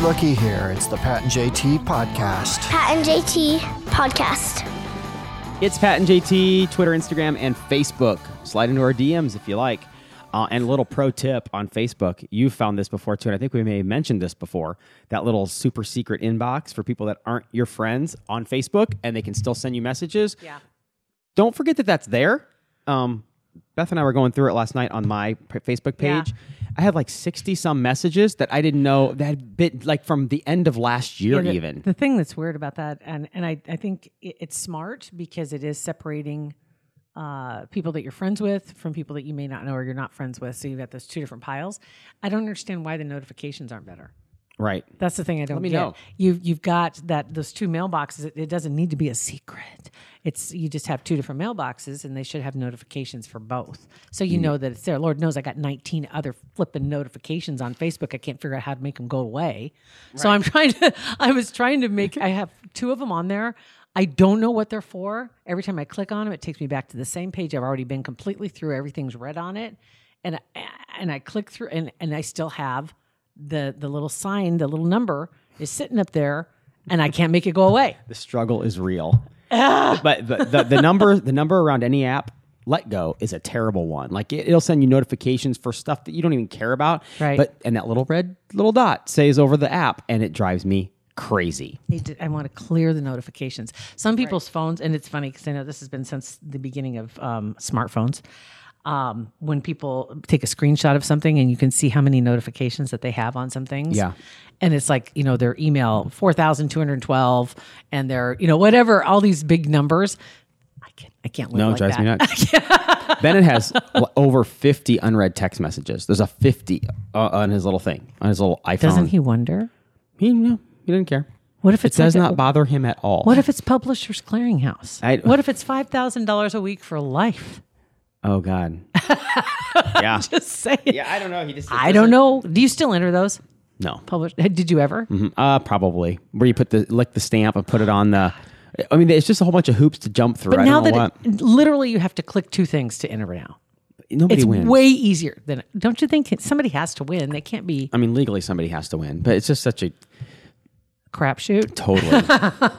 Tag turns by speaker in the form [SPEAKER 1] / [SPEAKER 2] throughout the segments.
[SPEAKER 1] Lucky here. It's the Pat and JT podcast.
[SPEAKER 2] Pat and JT podcast.
[SPEAKER 3] It's Pat and JT, Twitter, Instagram, and Facebook. Slide into our DMs if you like. Uh, and a little pro tip on Facebook. You found this before too, and I think we may have mentioned this before. That little super secret inbox for people that aren't your friends on Facebook and they can still send you messages. Yeah. Don't forget that that's there. Um, Beth and I were going through it last night on my p- Facebook
[SPEAKER 4] Yeah.
[SPEAKER 3] page. I had like 60 some messages that I didn't know that had been like from the end of last year,
[SPEAKER 4] Yeah, the,
[SPEAKER 3] even.
[SPEAKER 4] the thing that's weird about that and and i, I think it, it's smart because it is separating uh, people that you're friends with from people that you may not know or you're not friends with so you've got those two different piles i don't understand why the notifications aren't better
[SPEAKER 3] right.
[SPEAKER 4] that's the thing i don't
[SPEAKER 3] me
[SPEAKER 4] get
[SPEAKER 3] know.
[SPEAKER 4] you've you've got that those two mailboxes it, it doesn't need to be a secret it's you just have two different mailboxes and they should have notifications for both so
[SPEAKER 3] Mm-hmm.
[SPEAKER 4] you know that it's there lord knows i got 19 other flipping notifications on facebook i can't figure out how to make them go away so i'm trying to i was trying to make i have two of them on there I don't know what they're for. Every time I click on them, it takes me back to the same page I've already been completely through. Everything's red on it, and I, and I click through, and and I still have the the little sign, the little number is sitting up there, and I can't make it go away.
[SPEAKER 3] the struggle is real. but the, the, the number the number around any app let go is a terrible one. Like it, it'll send you notifications for stuff that you don't even care about.
[SPEAKER 4] Right.
[SPEAKER 3] But and that little red little dot says over the app, and it drives me crazy.
[SPEAKER 4] Need to- I want to clear the notifications. Some people's phones, and it's funny because I know this has been since the beginning of um, smartphones. Um, when people take a screenshot of something and you can see how many notifications that they have on some things.
[SPEAKER 3] Yeah.
[SPEAKER 4] And it's like, you know, their email 4,212 and their, you know, whatever, all these big numbers. I can't, I can't live
[SPEAKER 3] No, it
[SPEAKER 4] like
[SPEAKER 3] drives
[SPEAKER 4] that.
[SPEAKER 3] me nuts. then it has l- over fifty unread text messages. There's a fifty uh, on his little thing on his little iPhone.
[SPEAKER 4] Doesn't he wonder?
[SPEAKER 3] He no, he didn't care.
[SPEAKER 4] What if
[SPEAKER 3] It
[SPEAKER 4] it's like
[SPEAKER 3] does
[SPEAKER 4] a-
[SPEAKER 3] not bother him at all.
[SPEAKER 4] What if it's Publishers Clearinghouse?
[SPEAKER 3] I-
[SPEAKER 4] what if it's five thousand dollars a week for life?
[SPEAKER 3] Oh God. yeah.
[SPEAKER 4] Just say it.
[SPEAKER 3] Yeah, I don't know. He just.
[SPEAKER 4] I don't know. Do you still enter those?
[SPEAKER 3] No.
[SPEAKER 4] Publish? eh, Did you ever?
[SPEAKER 3] Mm, Uh, probably where you put the lick the stamp and put it on the. I mean, it's just a whole bunch of hoops to jump through. I
[SPEAKER 4] now
[SPEAKER 3] don't know
[SPEAKER 4] that it- literally you have to click two things to enter now.
[SPEAKER 3] what. nobody
[SPEAKER 4] It's
[SPEAKER 3] wins.
[SPEAKER 4] way easier than don't you think? Somebody has to win. They can't be
[SPEAKER 3] I mean, legally somebody has to win, but it's just such a
[SPEAKER 4] crapshoot.
[SPEAKER 3] totally,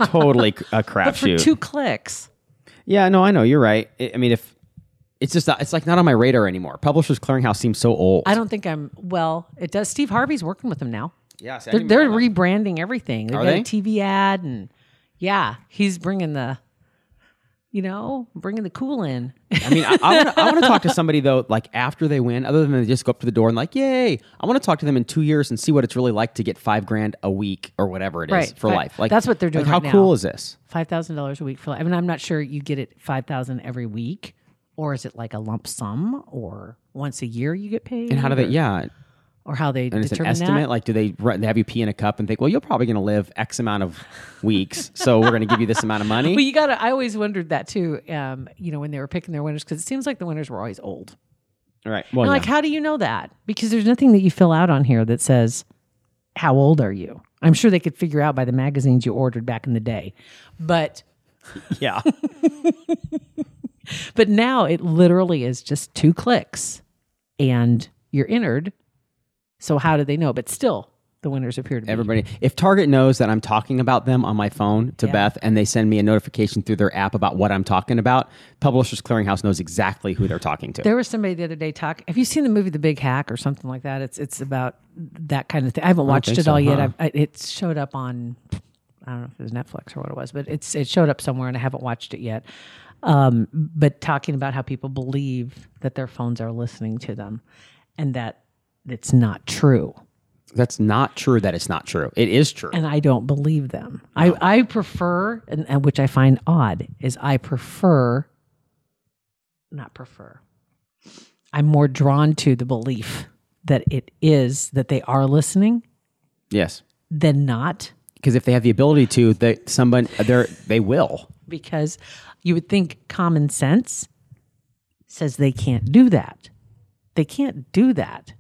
[SPEAKER 3] totally c- a
[SPEAKER 4] But for
[SPEAKER 3] crapshoot.
[SPEAKER 4] two clicks,
[SPEAKER 3] yeah, no, I know you're right. I I mean, if it's just not- it's like not on my radar anymore. Publishers Clearinghouse seems so old.
[SPEAKER 4] I don't think I'm. Well, it does. Steve Harvey's working with them now.
[SPEAKER 3] yeah, see, I
[SPEAKER 4] They're,
[SPEAKER 3] didn't
[SPEAKER 4] they're
[SPEAKER 3] realize that.
[SPEAKER 4] rebranding everything. They've
[SPEAKER 3] Are
[SPEAKER 4] got
[SPEAKER 3] they?
[SPEAKER 4] a TV ad and yeah, he's bringing the, you know, bringing the cool in.
[SPEAKER 3] I mean, I, I wanna- I want to talk to somebody though, like after they win, other than they just go up to the door and like, yay! I want to talk to them in two years and see what it's really like to get five grand a week or whatever it is
[SPEAKER 4] Right,
[SPEAKER 3] for
[SPEAKER 4] right.
[SPEAKER 3] life. Like
[SPEAKER 4] That's what they're doing
[SPEAKER 3] Like, how
[SPEAKER 4] right now.
[SPEAKER 3] cool is this?
[SPEAKER 4] five thousand dollars a week for. I mean, I'm not sure you get it five thousand every week, or is it like a lump sum, or once a year you get paid,
[SPEAKER 3] And how do they? Yeah,
[SPEAKER 4] or how they
[SPEAKER 3] and it's an
[SPEAKER 4] Mm-hmm. determine
[SPEAKER 3] estimate.
[SPEAKER 4] that?
[SPEAKER 3] Like, do they run, they have you pee in a cup and think, well, you're probably going to live X amount of weeks, so we're going to give you this amount of money?
[SPEAKER 4] Well, you gotta. I always wondered that too. Um, you know, when they were picking their winners, because it seems like the winners were always old.
[SPEAKER 3] All right. Well,
[SPEAKER 4] And like,
[SPEAKER 3] Oh, yeah.
[SPEAKER 4] how do you know that? Because there's nothing that you fill out on here that says how old are you. I'm sure they could figure out by the magazines you ordered back in the day, but
[SPEAKER 3] yeah.
[SPEAKER 4] But now it literally is just two clicks and you're entered. So how do they know? But still, the winners appear to be.
[SPEAKER 3] Everybody, if Target knows that I'm talking about them on my phone to Beth, and they send me a notification through their app about what I'm talking about, Publishers Clearinghouse knows exactly who they're talking to.
[SPEAKER 4] there was somebody the other day talk. Have you seen the movie The Big Hack or something like that? It's it's about that kind of thing. I haven't watched
[SPEAKER 3] think
[SPEAKER 4] it
[SPEAKER 3] so,
[SPEAKER 4] all yet.
[SPEAKER 3] huh.
[SPEAKER 4] I've, I, it showed up on I don't know if it was Netflix or what it was, but it's it showed up somewhere and I haven't watched it yet. Um, but talking about how people believe that their phones are listening to them, and that it's not true.
[SPEAKER 3] That's not true. That it's not true. It is true.
[SPEAKER 4] and I don't believe them. I, I prefer, and, and which I find odd, is I prefer, not prefer, I'm more drawn to the belief that it is that they are listening
[SPEAKER 3] yes,
[SPEAKER 4] than not,
[SPEAKER 3] because if they have the ability to, they someone they they will.
[SPEAKER 4] because you would think common sense says they can't do that. They can't do that,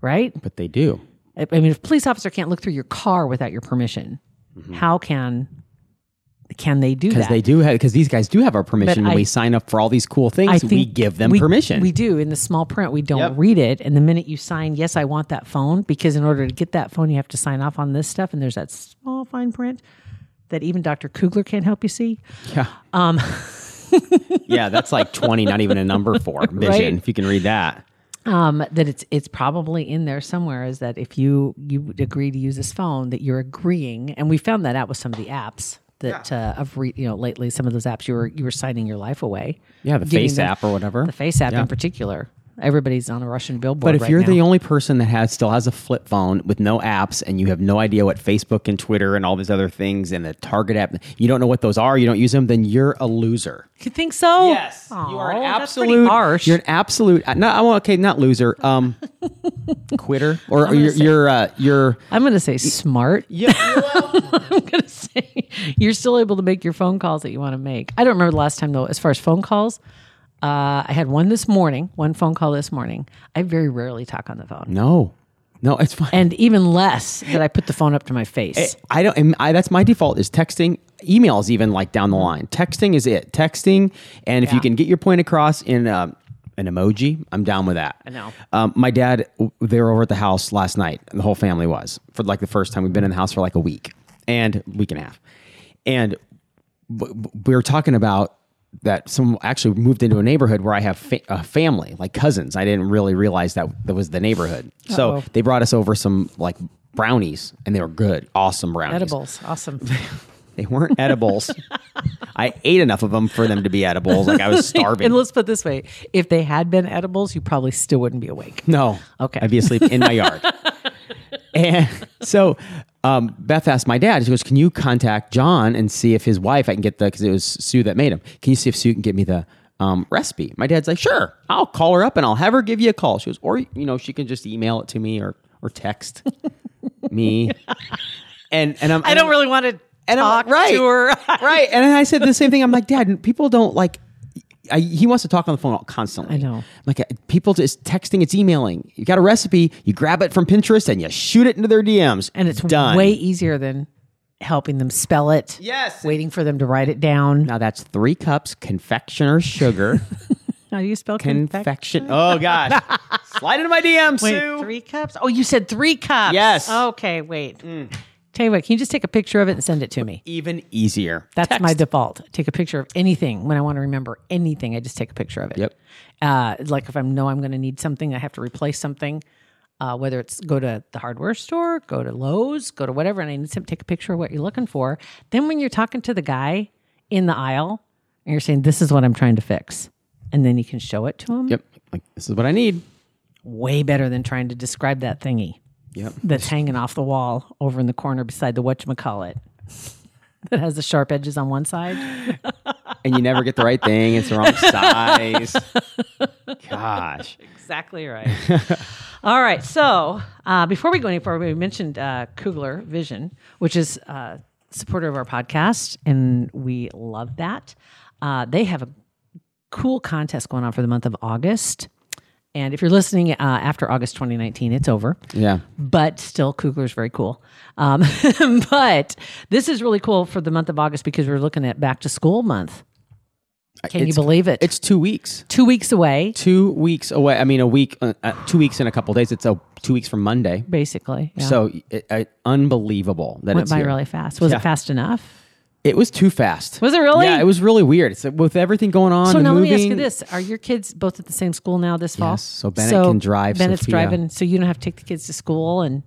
[SPEAKER 4] right?
[SPEAKER 3] But they do.
[SPEAKER 4] I I mean, if a police officer can't look through your car without your permission, how can can they do
[SPEAKER 3] Mm-hmm. because
[SPEAKER 4] that?
[SPEAKER 3] they do have because these guys do have our permission.
[SPEAKER 4] But
[SPEAKER 3] When
[SPEAKER 4] I-
[SPEAKER 3] we sign up for all these cool things, we give them
[SPEAKER 4] we-
[SPEAKER 3] permission.
[SPEAKER 4] We do in the small print. We don't
[SPEAKER 3] Yep.
[SPEAKER 4] read it. And the minute you sign, yes, I want that phone, because in order to get that phone, you have to sign off on this stuff. And there's that small fine print that even Dr. Kugler can't help you see.
[SPEAKER 3] yeah. Um. yeah, that's like twenty, not even a number for vision.
[SPEAKER 4] Right.
[SPEAKER 3] If you can read that,
[SPEAKER 4] Um, that it's it's probably in there somewhere is that if you you would agree to use this phone, that you're agreeing. And we found that out with some of the apps that uh, of re, you know lately some of those apps you were you were signing your life away.
[SPEAKER 3] yeah, the
[SPEAKER 4] Giving
[SPEAKER 3] face
[SPEAKER 4] them-
[SPEAKER 3] app or whatever.
[SPEAKER 4] the Face app in particular. Everybody's on a Russian billboard.
[SPEAKER 3] But if
[SPEAKER 4] right
[SPEAKER 3] you're
[SPEAKER 4] now.
[SPEAKER 3] the only person that has still has a flip phone with no apps and you have no idea what Facebook and Twitter and all these other things and the Target app, you don't know what those are, you don't use them, then you're a loser.
[SPEAKER 4] You think so?
[SPEAKER 3] you are
[SPEAKER 4] Aw,
[SPEAKER 3] an
[SPEAKER 4] that's pretty
[SPEAKER 3] absolute.
[SPEAKER 4] harsh.
[SPEAKER 3] You're an absolute. uh, No, I'm okay, not loser. Um, quitter or, or you're you're, uh, you're
[SPEAKER 4] I'm going to say smart. I'm going to say you're still able to make your phone calls that you want to make. I don't remember the last time though. As far as phone calls, uh, I had one this morning. One phone call this morning. I very rarely talk on the phone,
[SPEAKER 3] no, no, it's fine.
[SPEAKER 4] and even less that I put the phone up to my face.
[SPEAKER 3] I don't. am- I, that's my default is texting. Emails even like down the line. Texting is it. Texting, and if you
[SPEAKER 4] Yeah.
[SPEAKER 3] can get your point across in um an emoji, I'm down with that. I
[SPEAKER 4] know.
[SPEAKER 3] Um, my dad, w- they were over at the house last night. The whole family was for like the first time. We've been in the house for like a week and week and a half, and w- w- we were talking about that some actually moved into a neighborhood where I have fa- a family, like cousins. I didn't really realize that that was the neighborhood. So they brought us over some like brownies, and they were good, awesome brownies.
[SPEAKER 4] Edibles, awesome.
[SPEAKER 3] They weren't edibles. I ate enough of them for them to be edibles. Like I was starving.
[SPEAKER 4] and let's put it this way: if they had been edibles, you probably still wouldn't be awake.
[SPEAKER 3] No.
[SPEAKER 4] Okay.
[SPEAKER 3] I'd be asleep in my yard. and so um, Beth asked my dad, she goes, Can you contact John and see if his wife, I can get the, because it was Sue that made him. Can you see if Sue can get me the um, recipe? My dad's like, Sure. I'll call her up and I'll have her give you a call. She goes, Or, you know, she can just email it to me or, or text me. And, and I'm,
[SPEAKER 4] I don't really want to
[SPEAKER 3] and
[SPEAKER 4] talk
[SPEAKER 3] I'm like, right,
[SPEAKER 4] to her.
[SPEAKER 3] right. And I said the same thing. I'm like, Dad, people don't like. I, he wants to talk on the phone constantly.
[SPEAKER 4] I know.
[SPEAKER 3] I'm Like uh, people just texting, it's emailing. You got a recipe, you grab it from Pinterest and you shoot it into their DMs,
[SPEAKER 4] and it's
[SPEAKER 3] done.
[SPEAKER 4] way easier than helping them spell it.
[SPEAKER 3] Yes.
[SPEAKER 4] waiting for them to write it down.
[SPEAKER 3] Now that's three cups confectioner sugar.
[SPEAKER 4] How do you spell confect?
[SPEAKER 3] Confection. Oh gosh. Slide into my DM,
[SPEAKER 4] Wait,
[SPEAKER 3] Sue.
[SPEAKER 4] three cups? Oh, you said three cups.
[SPEAKER 3] Yes. Mm.
[SPEAKER 4] Okay, wait. Tell you what, can you just take a picture of it and send it to me?
[SPEAKER 3] Even easier.
[SPEAKER 4] That's
[SPEAKER 3] Text.
[SPEAKER 4] my default. Take a picture of anything when I want to remember anything. I just take a picture of it.
[SPEAKER 3] Yep.
[SPEAKER 4] Uh, like if I know I'm going to need something, I have to replace something. Uh, whether it's go to the hardware store, go to Lowe's, go to whatever, and I need some take a picture of what you're looking for. Then when you're talking to the guy in the aisle, and you're saying this is what I'm trying to fix, and then you can show it to him.
[SPEAKER 3] Yep. Like this is what I need.
[SPEAKER 4] Way better than trying to describe that thingy
[SPEAKER 3] Yep.
[SPEAKER 4] that's hanging off the wall over in the corner beside the whatchamacallit that has the sharp edges on one side.
[SPEAKER 3] And you never get the right thing. It's the wrong size. Gosh.
[SPEAKER 4] Exactly right. All right. So uh, before we go any further, we mentioned uh, Kugler Vision, which is uh, supporter of our podcast, and we love that. Uh, they have a cool contest going on for the month of August. And if you're listening uh, after August 2019, it's over
[SPEAKER 3] Yeah.
[SPEAKER 4] but still Kugler's very cool. Um, but this is really cool for the month of August because we're looking at back to school month. Can
[SPEAKER 3] Uh,
[SPEAKER 4] you
[SPEAKER 3] It's-
[SPEAKER 4] believe it?
[SPEAKER 3] It's two weeks.
[SPEAKER 4] two weeks away,
[SPEAKER 3] two weeks away. I mean, a week, uh, uh, two weeks in a couple days. It's a two weeks from Monday.
[SPEAKER 4] basically. Yeah.
[SPEAKER 3] So it, it, unbelievable that
[SPEAKER 4] went
[SPEAKER 3] it's
[SPEAKER 4] by
[SPEAKER 3] here.
[SPEAKER 4] really fast. Was
[SPEAKER 3] Yeah.
[SPEAKER 4] it fast enough?
[SPEAKER 3] It was too fast.
[SPEAKER 4] Was it really?
[SPEAKER 3] Yeah, it was really weird. It's with everything going on.
[SPEAKER 4] So
[SPEAKER 3] the
[SPEAKER 4] now
[SPEAKER 3] moving,
[SPEAKER 4] let me ask you this: Are your kids both at the same school now this fall?
[SPEAKER 3] Yes, so Bennett can drive,
[SPEAKER 4] Bennett's
[SPEAKER 3] Sophia-
[SPEAKER 4] driving, so you don't have to take the kids to school. And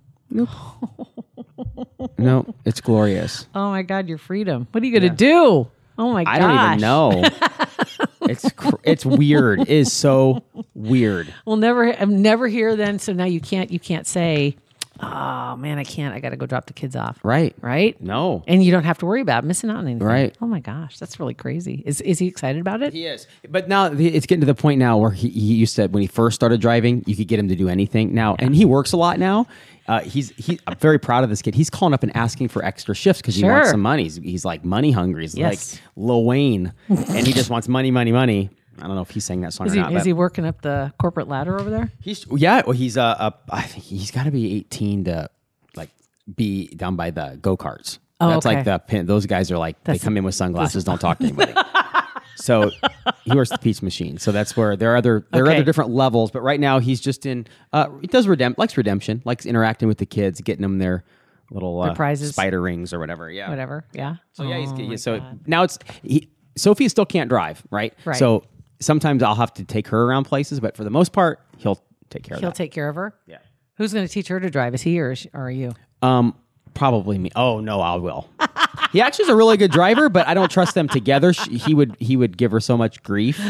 [SPEAKER 3] No, it's glorious.
[SPEAKER 4] oh my God, your freedom! What are you going to do? Oh my god!
[SPEAKER 3] I don't even know. it's cr- it's weird. It is so weird.
[SPEAKER 4] We'll never. I'm never here then. So now you can't. You can't say, "Oh man, I can't. I got to go drop the kids off."
[SPEAKER 3] Right.
[SPEAKER 4] Right.
[SPEAKER 3] No.
[SPEAKER 4] and you don't have to worry about missing out on anything.
[SPEAKER 3] Right.
[SPEAKER 4] Oh my gosh, that's really crazy. Is is he excited about it?
[SPEAKER 3] He is. But now the- it's getting to the point now where he, he used to, when he first started driving, you could get him to do anything now. And he works a lot now. Uh, he's he, I'm very proud of this kid. He's calling up and asking for extra shifts because he wants
[SPEAKER 4] Sure.
[SPEAKER 3] some money. He's, he's like money hungry. He's
[SPEAKER 4] Yes.
[SPEAKER 3] like Lil Wayne. and he just wants money, money, money. I don't know if he sang that song
[SPEAKER 4] Is
[SPEAKER 3] or
[SPEAKER 4] he
[SPEAKER 3] not.
[SPEAKER 4] is
[SPEAKER 3] but
[SPEAKER 4] he working up the corporate ladder over there?
[SPEAKER 3] he's, yeah, well, he's, uh, uh, I think he's got to be 18 to like be down by the go karts.
[SPEAKER 4] Oh,
[SPEAKER 3] That's like
[SPEAKER 4] okay.
[SPEAKER 3] the pin. Those guys are like
[SPEAKER 4] That's-
[SPEAKER 3] they come in with sunglasses, don't talk to anybody. so he works the peach machine. So that's where there are other there are
[SPEAKER 4] Okay.
[SPEAKER 3] other different levels. But right now he's just in. Uh, he does redemp likes redemption, likes interacting with the kids, getting them their little uh,
[SPEAKER 4] prizes.
[SPEAKER 3] spider rings or whatever. Yeah,
[SPEAKER 4] whatever. Yeah.
[SPEAKER 3] So yeah, he's, yeah, so Oh now it's he, Sophia still can't drive, right?
[SPEAKER 4] Right.
[SPEAKER 3] So sometimes I'll have to take her around places, but for the most part, he'll take care
[SPEAKER 4] He'll
[SPEAKER 3] of that.
[SPEAKER 4] take care of her.
[SPEAKER 3] yeah.
[SPEAKER 4] Who's going to teach her to drive? Is he or, is she, or are you?
[SPEAKER 3] Um, probably me. Oh no, I will. he actually is a really good driver, but I don't trust them together. She, he would he would give her so much grief,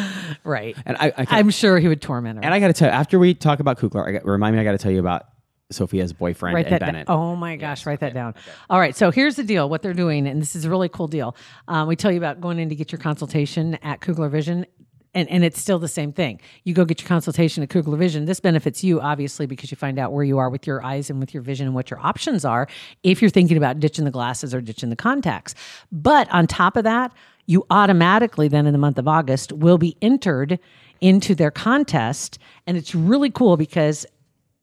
[SPEAKER 4] Right.
[SPEAKER 3] and I, I can,
[SPEAKER 4] I'm sure he would torment her.
[SPEAKER 3] and I got to tell you, after we talk about Kuklar, I got, remind me I got to tell you about Sophia's boyfriend
[SPEAKER 4] write
[SPEAKER 3] and
[SPEAKER 4] that down.
[SPEAKER 3] Bennett.
[SPEAKER 4] Oh my gosh, write that down. All right, so here's the deal. What they're doing, and this is a really cool deal. Um, we tell you about going in to get your consultation at Kugler Vision. And, and it's still the same thing. You go get your consultation at Kugler Vision. This benefits you, obviously, because you find out where you are with your eyes and with your vision and what your options are if you're thinking about ditching the glasses or ditching the contacts. But on top of that, you automatically then in the month of August will be entered into their contest. And it's really cool because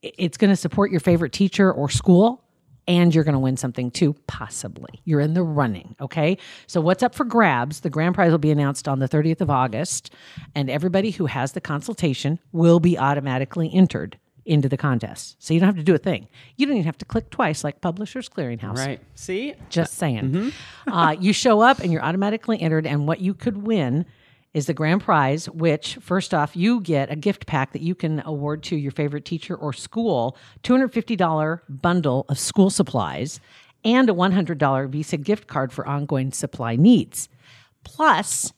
[SPEAKER 4] it's going to support your favorite teacher or school and you're going to win something too possibly you're in the running okay so what's up for grabs the grand prize will be announced on the 30th of august and everybody who has the consultation will be automatically entered into the contest so you don't have to do a thing you don't even have to click twice like publishers clearinghouse
[SPEAKER 3] Right. See,
[SPEAKER 4] just saying.
[SPEAKER 3] Mm-hmm.
[SPEAKER 4] Uh, you show up and you're automatically entered, and what you could win is the grand prize, which, first off, you get a gift pack that you can award to your favorite teacher or school, $250 bundle of school supplies, and a $100 Visa gift card for ongoing supply needs. Plus,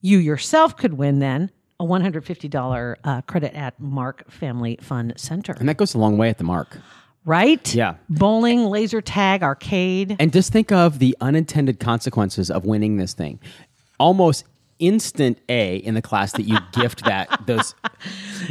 [SPEAKER 4] you yourself could win then a $150 uh, credit at Mark Family Fun Center,
[SPEAKER 3] and that goes a long way at the mark.
[SPEAKER 4] right?
[SPEAKER 3] Yeah.
[SPEAKER 4] Bowling, laser tag, arcade.
[SPEAKER 3] And just think of the unintended consequences of winning this thing. Almost instant A in the class that you gift that those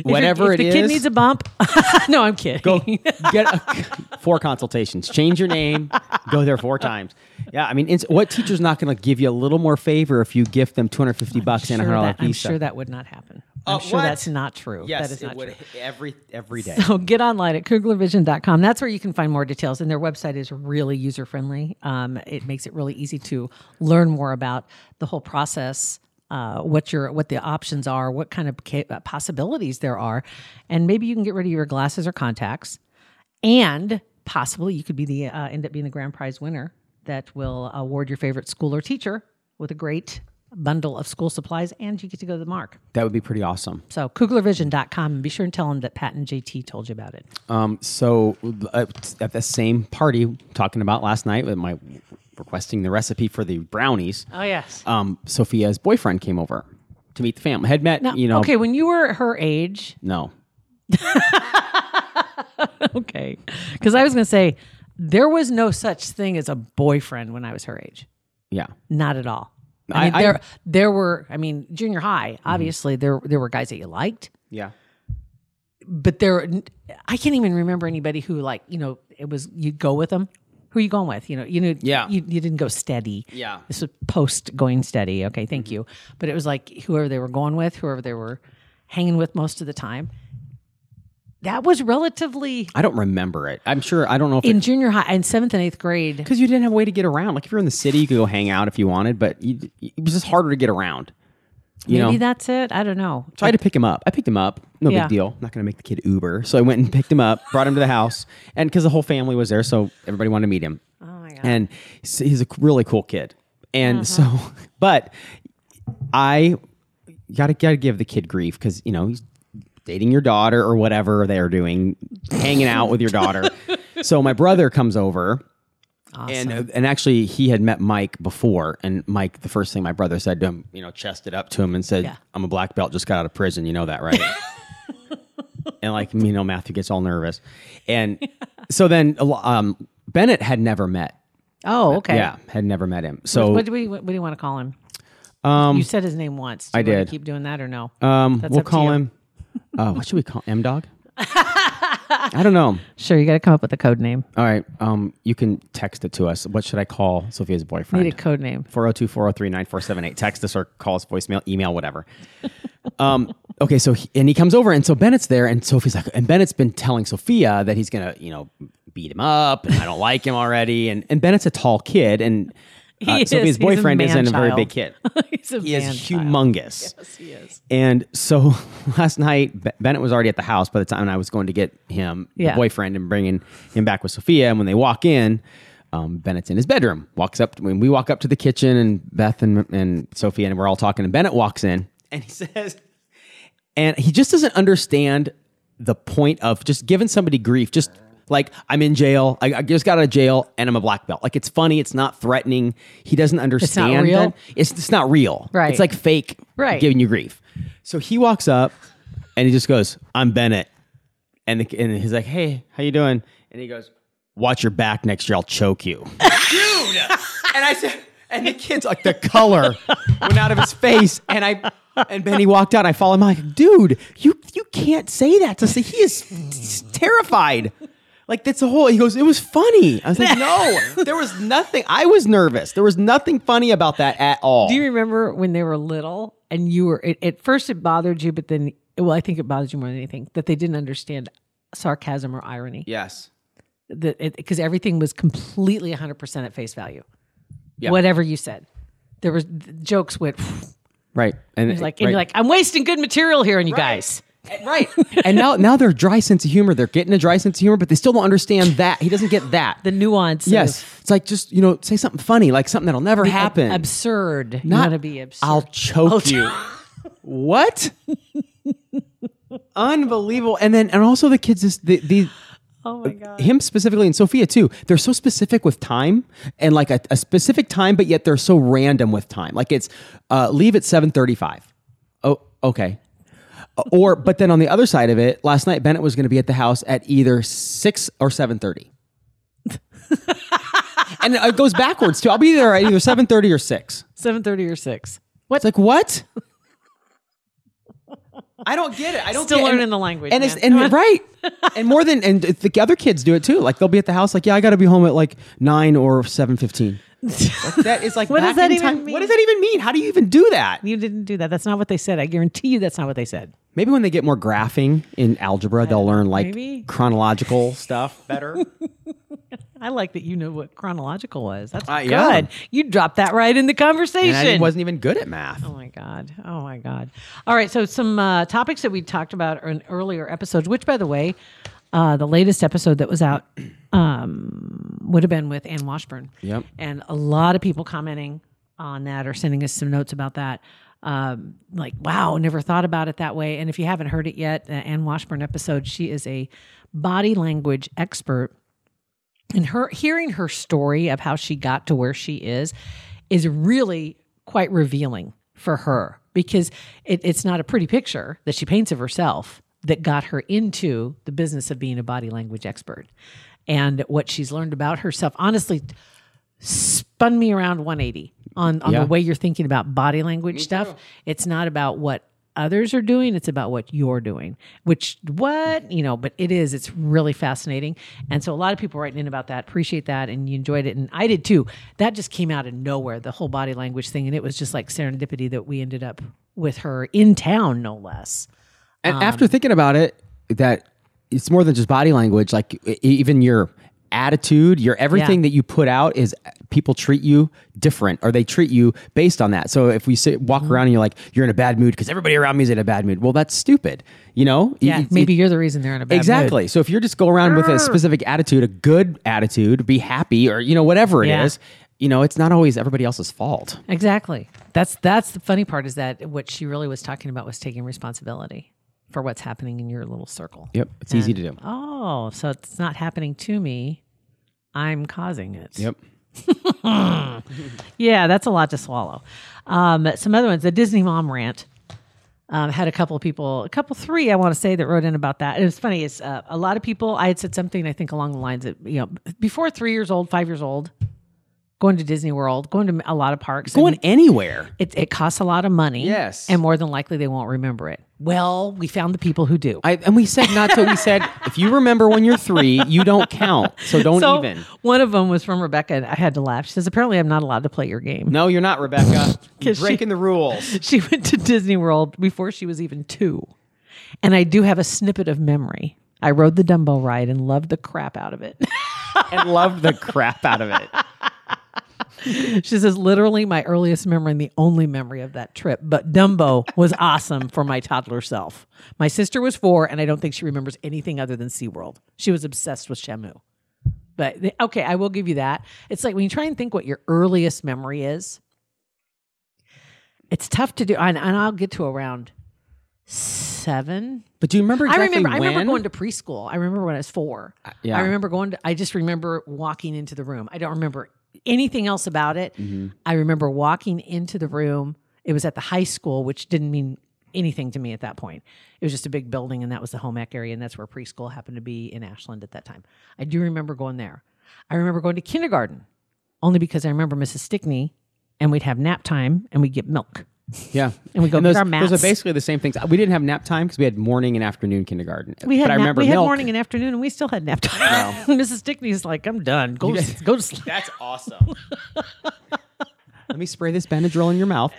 [SPEAKER 3] whatever
[SPEAKER 4] if
[SPEAKER 3] it
[SPEAKER 4] the
[SPEAKER 3] is.
[SPEAKER 4] kid needs a bump. no, I'm kidding.
[SPEAKER 3] go get a, four consultations. Change your name. Go there four times. Yeah, I mean, it's, what teacher's not going to give you a little more favor if you gift them two hundred fifty bucks and a
[SPEAKER 4] Sure
[SPEAKER 3] hundred dollar
[SPEAKER 4] that, I'm
[SPEAKER 3] piece?
[SPEAKER 4] sure that would not happen. I'm
[SPEAKER 3] Uh,
[SPEAKER 4] sure
[SPEAKER 3] what?
[SPEAKER 4] that's not true. that is not true.
[SPEAKER 3] every every day.
[SPEAKER 4] So get online at kuglervision.com. That's where you can find more details. And their website is really user friendly. Um, it makes it really easy to learn more about the whole process. Uh, what your what the options are, what kind of ca- uh, possibilities there are, and maybe you can get rid of your glasses or contacts, and possibly you could be the uh, end up being the grand prize winner that will award your favorite school or teacher with a great bundle of school supplies, and you get to go to the mark.
[SPEAKER 3] that would be pretty awesome.
[SPEAKER 4] So kuglervision.com, and be sure and tell them that Pat and JT told you about it.
[SPEAKER 3] Um, so uh, at the same party talking about last night with my requesting the recipe for the brownies.
[SPEAKER 4] Oh yes.
[SPEAKER 3] um, Sophia's boyfriend came over to meet the family. Had met, you know,
[SPEAKER 4] Okay, when you were her age,
[SPEAKER 3] no,
[SPEAKER 4] okay, because I was going to say there was no such thing as a boyfriend when I was her age.
[SPEAKER 3] yeah,
[SPEAKER 4] Not at
[SPEAKER 3] I-
[SPEAKER 4] all. I
[SPEAKER 3] I-
[SPEAKER 4] mean,
[SPEAKER 3] Mm-hmm.
[SPEAKER 4] there there were. I mean, junior high. Obviously, there there were guys that you liked,
[SPEAKER 3] yeah.
[SPEAKER 4] but there. I can't even remember anybody who like you know it was you go with them. Who are you going with? You know, you knew.
[SPEAKER 3] Yeah.
[SPEAKER 4] You, you didn't go steady.
[SPEAKER 3] Yeah.
[SPEAKER 4] This was post going steady. Okay, thank
[SPEAKER 3] Mm-hmm.
[SPEAKER 4] you. But it was like whoever they were going with, whoever they were hanging with most of the time. That was relatively
[SPEAKER 3] I don't remember it. I'm sure. I don't know if
[SPEAKER 4] in junior high in seventh and eighth grade.
[SPEAKER 3] because you didn't have a way to get around. Like if you're in the city, you could go hang out if you wanted, but you, it was just harder to get around. You
[SPEAKER 4] Maybe
[SPEAKER 3] know,
[SPEAKER 4] that's it. I don't know.
[SPEAKER 3] tried to pick him up. I picked him up. No
[SPEAKER 4] Yeah.
[SPEAKER 3] big deal. not going to make the kid Uber. So I went and picked him up, brought him to the house, and because the whole family was there, so everybody wanted to meet him. Oh my god! And s- he's a c- really cool kid, and so, but I gotta gotta give the kid grief because you know he's dating your daughter or whatever they are doing, hanging out with your daughter. So my brother comes over. And and actually, he had met Mike before, and Mike, the first thing my brother said to him, you know, chested up to him and said,
[SPEAKER 4] Yeah.
[SPEAKER 3] "I'm a black belt, just got out of prison. You know that, right?" and like you know, Matthew gets all nervous, and so then um, Bennett had never met,
[SPEAKER 4] Oh, okay.
[SPEAKER 3] yeah, had never met him. So Um,
[SPEAKER 4] What do we what do you want to call him? you said his name once. Do you
[SPEAKER 3] I
[SPEAKER 4] wanna
[SPEAKER 3] did.
[SPEAKER 4] Keep doing that or no?
[SPEAKER 3] Um,
[SPEAKER 4] That's
[SPEAKER 3] we'll
[SPEAKER 4] up to
[SPEAKER 3] call
[SPEAKER 4] you.
[SPEAKER 3] him. Uh, what should we call M Dog? I don't know.
[SPEAKER 4] sure, you got to come up with a code name.
[SPEAKER 3] All right. Um, you can text it to us. What should I call Sophia's
[SPEAKER 4] Need a
[SPEAKER 3] boyfriend?
[SPEAKER 4] code name.
[SPEAKER 3] 402 403 9478. Text us or call us voicemail, email, whatever. Um, okay. So, he, and he comes over, and so Bennett's there, and Sophie's like, and Bennett's been telling Sophia that he's going to, you know, beat him up, and I don't like him already. And and Bennett's a tall kid, and uh,
[SPEAKER 4] He
[SPEAKER 3] Sophie's
[SPEAKER 4] is. He's a
[SPEAKER 3] boyfriend isn't a very
[SPEAKER 4] man-child.
[SPEAKER 3] big kid.
[SPEAKER 4] He's a
[SPEAKER 3] He
[SPEAKER 4] man
[SPEAKER 3] is
[SPEAKER 4] child.
[SPEAKER 3] humongous.
[SPEAKER 4] Yes, he is.
[SPEAKER 3] And so last night, B- Bennett was already at the house by the time I was going to get him, the
[SPEAKER 4] Yeah.
[SPEAKER 3] boyfriend, and bringing him back with Sophia. And when they walk in, um, Bennett's in his bedroom. Walks up when we walk up to the kitchen, and Beth and and Sophia and we're all talking. And Bennett walks in, and he says, and he just doesn't understand the point of just giving somebody grief. Just like I'm in jail, I, I just got out of jail, and I'm a black belt. Like it's funny, it's not threatening. He doesn't understand.
[SPEAKER 4] real.
[SPEAKER 3] that. It's it's not real.
[SPEAKER 4] Right.
[SPEAKER 3] It's like fake
[SPEAKER 4] Right.
[SPEAKER 3] giving you grief. So he walks up and he just goes, "I'm Bennett," and the, and he's like, "Hey, how you doing?" And he goes, "Watch your back next year. I'll choke you." Dude. and I said. And the kid's like the color went out of his face, and I and Benny walked out. And I followed him. I'm like, dude, you you can't say that to say he is s- terrified. Like that's the whole. He goes, it was funny. I was like, no, there was nothing. I was nervous. There was nothing funny about that at all.
[SPEAKER 4] Do you remember when they were little and you were, it, at first it bothered you, but then, well, I think it bothered you more than anything that they didn't understand sarcasm or irony
[SPEAKER 3] yes.
[SPEAKER 4] because everything was completely 100% at face value.
[SPEAKER 3] Yeah.
[SPEAKER 4] Whatever you said, there was jokes went
[SPEAKER 3] Right. And it's
[SPEAKER 4] like, and you're like, I'm wasting good material here on you guys.
[SPEAKER 3] right. and now now they're dry sense of humor. They're getting a dry sense of humor, but they still don't understand that. He doesn't get that.
[SPEAKER 4] The nuance.
[SPEAKER 3] yes.
[SPEAKER 4] Of,
[SPEAKER 3] It's like just, you know, say something funny, like something that'll never happen.
[SPEAKER 4] Absurd. you
[SPEAKER 3] Not-
[SPEAKER 4] want to be absurd.
[SPEAKER 3] I'll choke you. what? Unbelievable. And then and also the kids is the, the
[SPEAKER 4] oh my God.
[SPEAKER 3] him specifically and Sophia too. They're so specific with time and like a, a specific time, but yet they're so random with time. Like it's uh, leave at seven thirty-five. Oh, okay. Uh, or but then on the other side of it, last night Bennett was going to be at the house at either six or seven thirty. and it goes backwards too. I'll be there at either seven thirty or six.
[SPEAKER 4] 7.30 or 6.
[SPEAKER 3] What? It's like what? I don't get it. I don't
[SPEAKER 4] Still
[SPEAKER 3] get it.
[SPEAKER 4] learning
[SPEAKER 3] And-
[SPEAKER 4] the language,
[SPEAKER 3] And it's
[SPEAKER 4] man.
[SPEAKER 3] and right. And more than and the other kids do it too. Like they'll be at the house like, "Yeah, I got to be home at like 9 or 7:15." Like that is like
[SPEAKER 4] What
[SPEAKER 3] back
[SPEAKER 4] does that
[SPEAKER 3] in
[SPEAKER 4] even
[SPEAKER 3] time.
[SPEAKER 4] mean?
[SPEAKER 3] What does that even mean? How do you even do that?
[SPEAKER 4] You didn't do that. That's not what they said. I guarantee you that's not what they said.
[SPEAKER 3] Maybe when they get more graphing in algebra, they'll learn like
[SPEAKER 4] maybe.
[SPEAKER 3] chronological stuff better.
[SPEAKER 4] I like that you knew what chronological was. That's
[SPEAKER 3] Uh,
[SPEAKER 4] good.
[SPEAKER 3] yeah.
[SPEAKER 4] You dropped that right in the
[SPEAKER 3] and I
[SPEAKER 4] conversation.
[SPEAKER 3] wasn't even good at math.
[SPEAKER 4] oh my god. Oh my god. All right. So some uh, topics that we talked about in earlier episodes, which by the way, uh, the latest episode that was out um, would have been with Ann Washburn.
[SPEAKER 3] Yep.
[SPEAKER 4] And a lot of people commenting on that or sending us some notes about that. Um, like, wow, never thought about it that way. And if you haven't heard it yet, the Ann Washburn episode, she is a body language expert and her hearing her story of how she got to where she is is really quite revealing for her because it, it's not a pretty picture that she paints of herself that got her into the business of being a body language expert and what she's learned about herself honestly spun me around 180 on, on
[SPEAKER 3] Yeah.
[SPEAKER 4] the way you're thinking about body language stuff it's not about what others are doing it's about what you're doing which what you know but it is it's really fascinating and so a lot of people writing in about that appreciate that and you enjoyed it and i did too that just came out of nowhere the whole body language thing and it was just like serendipity that we ended up with her in town no less
[SPEAKER 3] And
[SPEAKER 4] Um,
[SPEAKER 3] after thinking about it, that it's more than just body language. Like e- even your attitude, your everything that you put out is people treat you different, or they treat you based on that. So if we sit, walk
[SPEAKER 4] Mm-hmm.
[SPEAKER 3] around and you're like, you're in a bad mood because everybody around me is in a bad mood. Well, that's stupid. You know?
[SPEAKER 4] yeah
[SPEAKER 3] It- it-
[SPEAKER 4] maybe you're the reason they're in a bad mood. Ah.
[SPEAKER 3] Exactly. So if you're just go around with a specific attitude, a good attitude, be happy, or you know whatever it is,
[SPEAKER 4] Yeah.
[SPEAKER 3] you know it's not always everybody else's fault.
[SPEAKER 4] Exactly. That's that's the funny part is that what she really was talking about was taking responsibility for what's happening in your little circle.
[SPEAKER 3] Yep, it's easy to do.
[SPEAKER 4] Oh, so it's not happening to me. I'm causing it.
[SPEAKER 3] Yep.
[SPEAKER 4] Yeah, that's a lot to swallow. Um, some other ones, the Disney mom rant. Um, had a couple of people, a couple three, I want to say, that wrote in about that. It was funny. Is uh, a lot of people. I had said something I think along the lines of you know before three years old, five years old, going to Disney World, going to a lot of parks, and-
[SPEAKER 3] Going anywhere.
[SPEAKER 4] It, it costs a lot of money.
[SPEAKER 3] Yes.
[SPEAKER 4] And more than likely they won't remember it. Well, we found the people who do.
[SPEAKER 3] I, and we said not to. We said if you remember when you're three, you don't count. So don't
[SPEAKER 4] so
[SPEAKER 3] even.
[SPEAKER 4] one of them was from Rebecca and I had to laugh. She says, apparently I'm not allowed to play your game.
[SPEAKER 3] No, you're not, Rebecca. You're
[SPEAKER 4] 'Cause she-
[SPEAKER 3] breaking the rules.
[SPEAKER 4] She went to Disney World before she was even two. And I do have a snippet of memory. I rode the Dumbo ride and loved the crap out of it.
[SPEAKER 3] and loved the crap out of it.
[SPEAKER 4] She says, literally my earliest memory and the only memory of that trip, but Dumbo was awesome for my toddler self. My sister was four, and I don't think she remembers anything other than SeaWorld. She was obsessed with Shamu. But th- okay, I will give you that. It's like when you try and think what your earliest memory is, it's tough to do. And, and I'll get to around seven.
[SPEAKER 3] But do you remember exactly
[SPEAKER 4] I remember.
[SPEAKER 3] when? Uh,
[SPEAKER 4] I remember going to preschool. I remember when I was four.
[SPEAKER 3] yeah.
[SPEAKER 4] I remember going. To, I just remember walking into the room. I don't remember anything else about it.
[SPEAKER 3] Mm-hmm.
[SPEAKER 4] I remember walking into the room. It was at the high school, which didn't mean anything to me at that point. It was just a big building, and that was the home ec area, and that's where preschool happened to be in Ashland at that time. I do remember going there. I remember going to kindergarten, only because I remember Mrs. Stickney, and we'd have nap time, and we'd get milk.
[SPEAKER 3] Yeah,
[SPEAKER 4] And we go
[SPEAKER 3] those,
[SPEAKER 4] get our
[SPEAKER 3] those
[SPEAKER 4] mats.
[SPEAKER 3] are basically the same things. We didn't have nap time because we had morning and afternoon kindergarten.
[SPEAKER 4] We had
[SPEAKER 3] but I
[SPEAKER 4] nap-
[SPEAKER 3] remember
[SPEAKER 4] we had
[SPEAKER 3] milk.
[SPEAKER 4] morning and afternoon, and we still had nap time. Mrs. Stickney's like, "I'm done. Go to, s- go to sleep."
[SPEAKER 3] That's awesome. Let me spray this Benadryl in your mouth.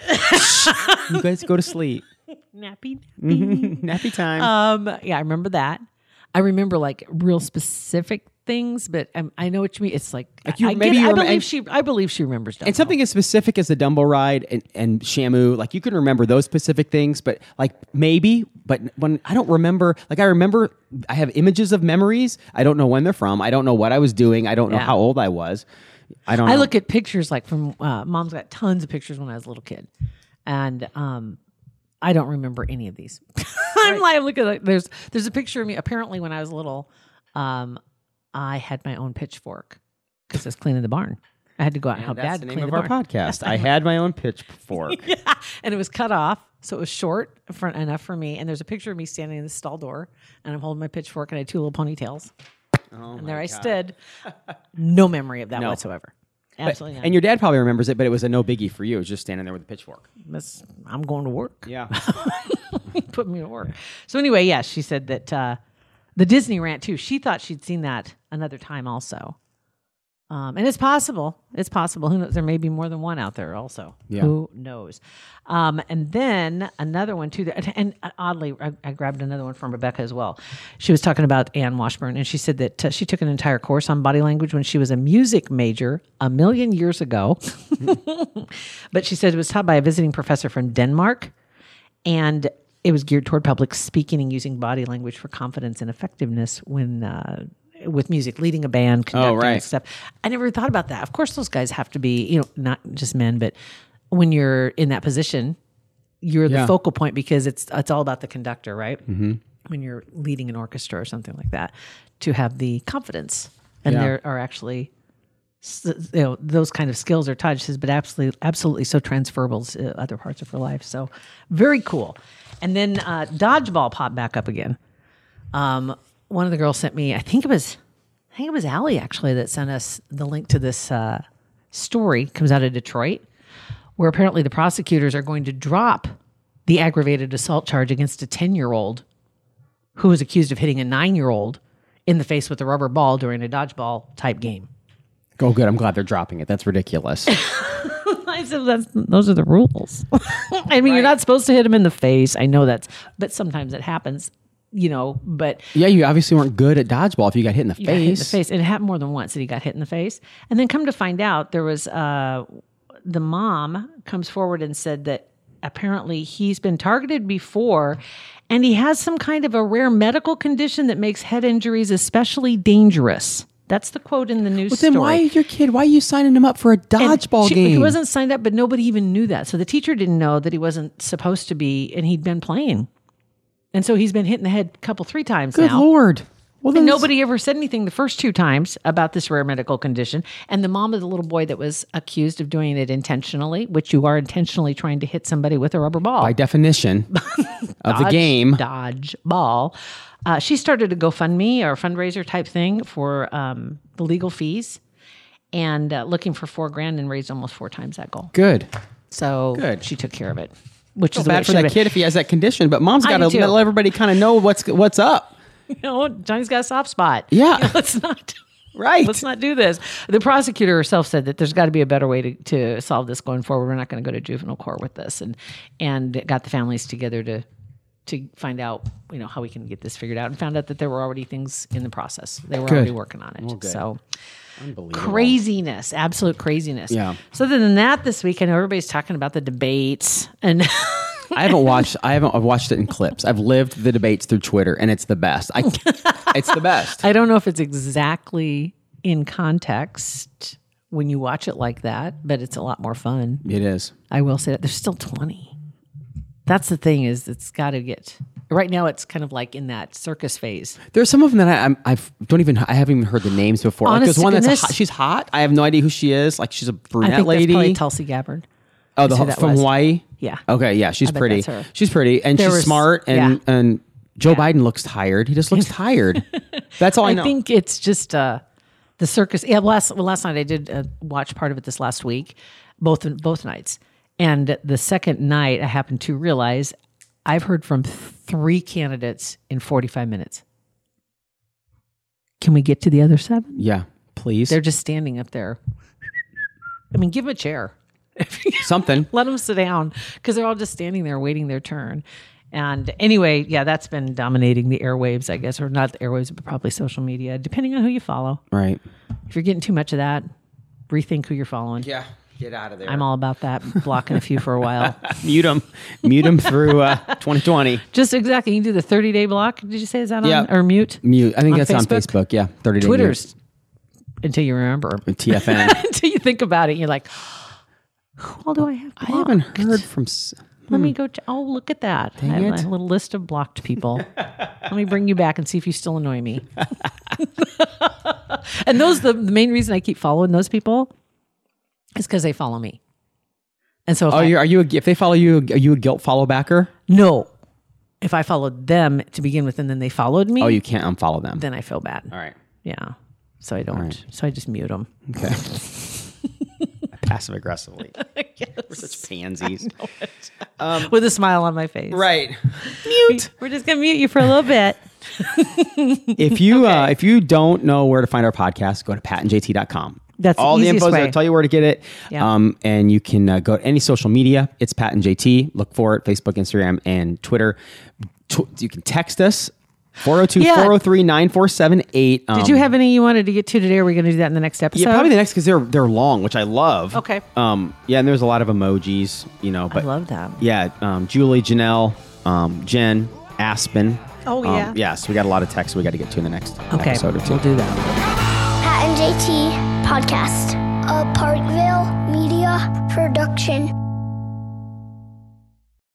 [SPEAKER 3] you guys go to sleep.
[SPEAKER 4] Nappy, nappy.
[SPEAKER 3] Mm. Nappy time.
[SPEAKER 4] Um, yeah, I remember that. I remember like real specific things, but um, I know what you mean. It's like,
[SPEAKER 3] you-
[SPEAKER 4] I, I
[SPEAKER 3] maybe
[SPEAKER 4] get it.
[SPEAKER 3] you
[SPEAKER 4] I
[SPEAKER 3] remember-
[SPEAKER 4] believe
[SPEAKER 3] and-
[SPEAKER 4] she. I believe she remembers.
[SPEAKER 3] and something as specific as the Dumbo ride and, and Shamu, like you can remember those specific things, but like maybe, but when I don't remember, like I remember, I have images of memories. I don't know when they're from. I don't know what I was doing. I don't know
[SPEAKER 4] Yeah.
[SPEAKER 3] how old I was. I don't.
[SPEAKER 4] I
[SPEAKER 3] know.
[SPEAKER 4] look at pictures like from uh, mom's got tons of pictures when I was a little kid, and um, I don't remember any of these. I'm like looking like there's there's a picture of me. Apparently, when I was little, um, I had my own pitchfork because I was cleaning the barn. I had to go out and help
[SPEAKER 3] That's
[SPEAKER 4] dad
[SPEAKER 3] the
[SPEAKER 4] clean
[SPEAKER 3] name of
[SPEAKER 4] the Oh,
[SPEAKER 3] our
[SPEAKER 4] barn.
[SPEAKER 3] podcast. I had my own pitchfork.
[SPEAKER 4] and it was cut off, so it was short for, enough for me. And there's a picture of me standing in the stall door, and I'm holding my pitchfork, and I had two little ponytails,
[SPEAKER 3] Oh
[SPEAKER 4] and there I stood. No memory of that whatsoever. Absolutely
[SPEAKER 3] And your dad probably remembers it, but it was a no biggie for you. It was just standing there with a pitchfork.
[SPEAKER 4] not. That's- I'm going to work.
[SPEAKER 3] Yeah.
[SPEAKER 4] Put me to work. So anyway, yeah, she said that uh, the Disney rant too. She thought she'd seen that another time also. Um, and it's possible. It's possible. Who knows? There may be more than one out there also.
[SPEAKER 3] Yeah.
[SPEAKER 4] Who knows? Um, and then another one too. that- And uh, oddly, I, I grabbed another one from Rebecca as well. She was talking about Anne Washburn, and she said that uh, she took an entire course on body language when she was a music major a million years ago. but she said it was taught by a visiting professor from Denmark, and it was geared toward public speaking and using body language for confidence and effectiveness when uh, with music, leading a band, conducting
[SPEAKER 3] right.
[SPEAKER 4] stuff. I never thought about that. Of course, those guys have to be, you know, not just men, but when you're in that position, you're
[SPEAKER 3] Yeah.
[SPEAKER 4] the focal point because it's it's all about the conductor, right? Mm-hmm. When you're leading an orchestra or something like that, to have the confidence, and
[SPEAKER 3] Yeah.
[SPEAKER 4] there are actually s- you know those kind of skills are taught. She says, but absolutely, absolutely so transferable to other parts of her life. So very cool. And then uh, dodgeball popped back up again. Um, one of the girls sent me, I think it was, I think it was Allie actually that sent us the link to this uh, story. It comes out of Detroit, where apparently the prosecutors are going to drop the aggravated assault charge against a ten-year-old who was accused of hitting a nine-year-old in the face with a rubber ball during a dodgeball type game.
[SPEAKER 3] Oh, good. I'm glad they're dropping it. That's ridiculous.
[SPEAKER 4] I said, that's, those are the rules. I mean, you're not supposed to hit him in the face. I know that's, but sometimes it happens, you know, but
[SPEAKER 3] yeah, you obviously weren't good at dodgeball if you got hit in the
[SPEAKER 4] you got hit in the
[SPEAKER 3] face.
[SPEAKER 4] face. And it happened more than once that he got hit in the face. And then come to find out, there was uh, the mom comes forward and said that apparently he's been targeted before and he has some kind of a rare medical condition that makes head injuries especially dangerous. That's the quote in the news
[SPEAKER 3] Then
[SPEAKER 4] story.
[SPEAKER 3] why is your kid? Why are you signing him up for a
[SPEAKER 4] And
[SPEAKER 3] dodgeball
[SPEAKER 4] she-
[SPEAKER 3] game?
[SPEAKER 4] He wasn't signed up, but nobody even knew that. So the teacher didn't know that he wasn't supposed to be, and he'd been playing. And so he's been hit in the head a couple, three times
[SPEAKER 3] good
[SPEAKER 4] now.
[SPEAKER 3] lord. Well,
[SPEAKER 4] And
[SPEAKER 3] then it's-
[SPEAKER 4] nobody ever said anything the first two times about this rare medical condition. And the mom of the little boy that was accused of doing it intentionally, which you are intentionally trying to hit somebody with a rubber ball
[SPEAKER 3] by definition of the game.
[SPEAKER 4] dodge ball. Uh, she started a GoFundMe or fundraiser type thing for um, the legal fees, and uh, looking for four grand and raised almost four times that goal.
[SPEAKER 3] Good.
[SPEAKER 4] So
[SPEAKER 3] Good.
[SPEAKER 4] she took care of it, which is the way it
[SPEAKER 3] Bad for
[SPEAKER 4] should
[SPEAKER 3] that
[SPEAKER 4] have
[SPEAKER 3] kid if he has that condition, but mom's
[SPEAKER 4] I
[SPEAKER 3] got to
[SPEAKER 4] do too.
[SPEAKER 3] let everybody kind of know what's what's up.
[SPEAKER 4] been. No, Johnny's got a soft spot.
[SPEAKER 3] Yeah.
[SPEAKER 4] let's not.
[SPEAKER 3] Right.
[SPEAKER 4] Let's not do this. The prosecutor herself said that there's got to be a better way to, to solve this going forward. We're not going to go to juvenile court with this, and and got the families together to to find out, you know, how we can get this figured out and found out that there were already things in the process. They were
[SPEAKER 3] Good.
[SPEAKER 4] already working on it.
[SPEAKER 3] good.
[SPEAKER 4] So
[SPEAKER 3] Unbelievable.
[SPEAKER 4] craziness, absolute craziness.
[SPEAKER 3] Yeah.
[SPEAKER 4] So other than that, this week I know everybody's talking about the debates and
[SPEAKER 3] I haven't watched. I haven't. I've watched it in clips. I've lived the debates through Twitter, and it's the best. I. it's the best.
[SPEAKER 4] I don't know if it's exactly in context when you watch it like that, but it's a lot more fun.
[SPEAKER 3] It is.
[SPEAKER 4] I will say that there's still 20. That's the thing is it's got to get right now. It's kind of like in that circus phase.
[SPEAKER 3] There's some of them that I I'm, I've don't even I haven't even heard the names before. like
[SPEAKER 4] Honest
[SPEAKER 3] there's one
[SPEAKER 4] to
[SPEAKER 3] that's a
[SPEAKER 4] goodness.
[SPEAKER 3] hot, she's hot. I have no idea who she is. Like she's a brunette
[SPEAKER 4] I think
[SPEAKER 3] lady.
[SPEAKER 4] that's probably Tulsi Gabbard.
[SPEAKER 3] oh, the,
[SPEAKER 4] who
[SPEAKER 3] ho-
[SPEAKER 4] that
[SPEAKER 3] from
[SPEAKER 4] was.
[SPEAKER 3] Hawaii.
[SPEAKER 4] Yeah.
[SPEAKER 3] Okay. Yeah, she's
[SPEAKER 4] bet
[SPEAKER 3] pretty.
[SPEAKER 4] that's her.
[SPEAKER 3] She's pretty, and
[SPEAKER 4] There
[SPEAKER 3] she's
[SPEAKER 4] was-
[SPEAKER 3] smart, and
[SPEAKER 4] yeah.
[SPEAKER 3] and Joe Biden looks tired. He just looks tired. That's all I,
[SPEAKER 4] I
[SPEAKER 3] know.
[SPEAKER 4] think it's just uh, the circus. Yeah, last well, last night I did uh, watch part of it. This last week, both both nights, and the second night I happened to realize I've heard from three candidates in forty five minutes. Can we get to the other seven?
[SPEAKER 3] yeah. Please.
[SPEAKER 4] They're just standing up there. I mean, give them a chair.
[SPEAKER 3] Something.
[SPEAKER 4] Let them sit down because they're all just standing there waiting their turn. And anyway, yeah, that's been dominating the airwaves, I guess, or not the airwaves, but probably social media, depending on who you follow
[SPEAKER 3] Right.
[SPEAKER 4] if you're getting too much of that, rethink who you're following.
[SPEAKER 3] Yeah. Get out of there.
[SPEAKER 4] I'm all about that, blocking a few for a while.
[SPEAKER 3] Mute him. Mute him through uh, 2020.
[SPEAKER 4] Just exactly. You can do the 30 day block. Did you say is that on
[SPEAKER 3] Yeah.
[SPEAKER 4] or mute?
[SPEAKER 3] Mute. I think
[SPEAKER 4] On
[SPEAKER 3] that's on
[SPEAKER 4] Facebook?
[SPEAKER 3] Facebook. Yeah. 30 day mute.
[SPEAKER 4] Twitter's until you remember,
[SPEAKER 3] TFN.
[SPEAKER 4] until you think about it. And you're like, who all do I have?
[SPEAKER 3] I haven't
[SPEAKER 4] blocked?
[SPEAKER 3] heard from. s-
[SPEAKER 4] Let me go. Ch- oh, look at that. I have
[SPEAKER 3] Hmm. it.
[SPEAKER 4] a little list of blocked people. Let me bring you back and see if you still annoy me. and those, the, the main reason I keep following those people is because they follow me. And so if
[SPEAKER 3] Oh,
[SPEAKER 4] I,
[SPEAKER 3] you're, are you? A, if they follow you, are you a guilt follow backer?
[SPEAKER 4] No. If I followed them to begin with and then they followed me,
[SPEAKER 3] Oh, you can't unfollow them.
[SPEAKER 4] then I feel bad.
[SPEAKER 3] All right.
[SPEAKER 4] Yeah. So I don't. So I just mute them.
[SPEAKER 3] Okay. Passive aggressively. We're such pansies.
[SPEAKER 4] With a smile on my face.
[SPEAKER 3] Right.
[SPEAKER 4] Mute. We're just going to mute you for a little bit.
[SPEAKER 3] If you uh, if you don't know where to find our podcast, go to patentjt.com.
[SPEAKER 4] That's the
[SPEAKER 3] all the
[SPEAKER 4] easiest
[SPEAKER 3] info's
[SPEAKER 4] way.
[SPEAKER 3] there. Tell you where to get it.
[SPEAKER 4] Yeah.
[SPEAKER 3] Um, and you can uh, go to any social media. It's Pat and JT. Look for it Facebook, Instagram, and Twitter. Tw- you can text us 402 403 9478.
[SPEAKER 4] Did you have any you wanted to get to today? Are we going to do that in the next episode?
[SPEAKER 3] Um, Yeah, probably the next because they're they're long, which I love.
[SPEAKER 4] Okay.
[SPEAKER 3] Um. Yeah, and there's a lot of emojis, you know. But
[SPEAKER 4] love that.
[SPEAKER 3] Yeah. Um. Julie, Janelle, um, Jen, Aspen.
[SPEAKER 4] Oh,
[SPEAKER 3] Um,
[SPEAKER 4] yeah.
[SPEAKER 3] yeah. So we got a lot of text we got to get to in the next
[SPEAKER 4] Okay.
[SPEAKER 3] episode or two.
[SPEAKER 4] We'll do that.
[SPEAKER 2] Pat and JT Podcast, a Parkville media production.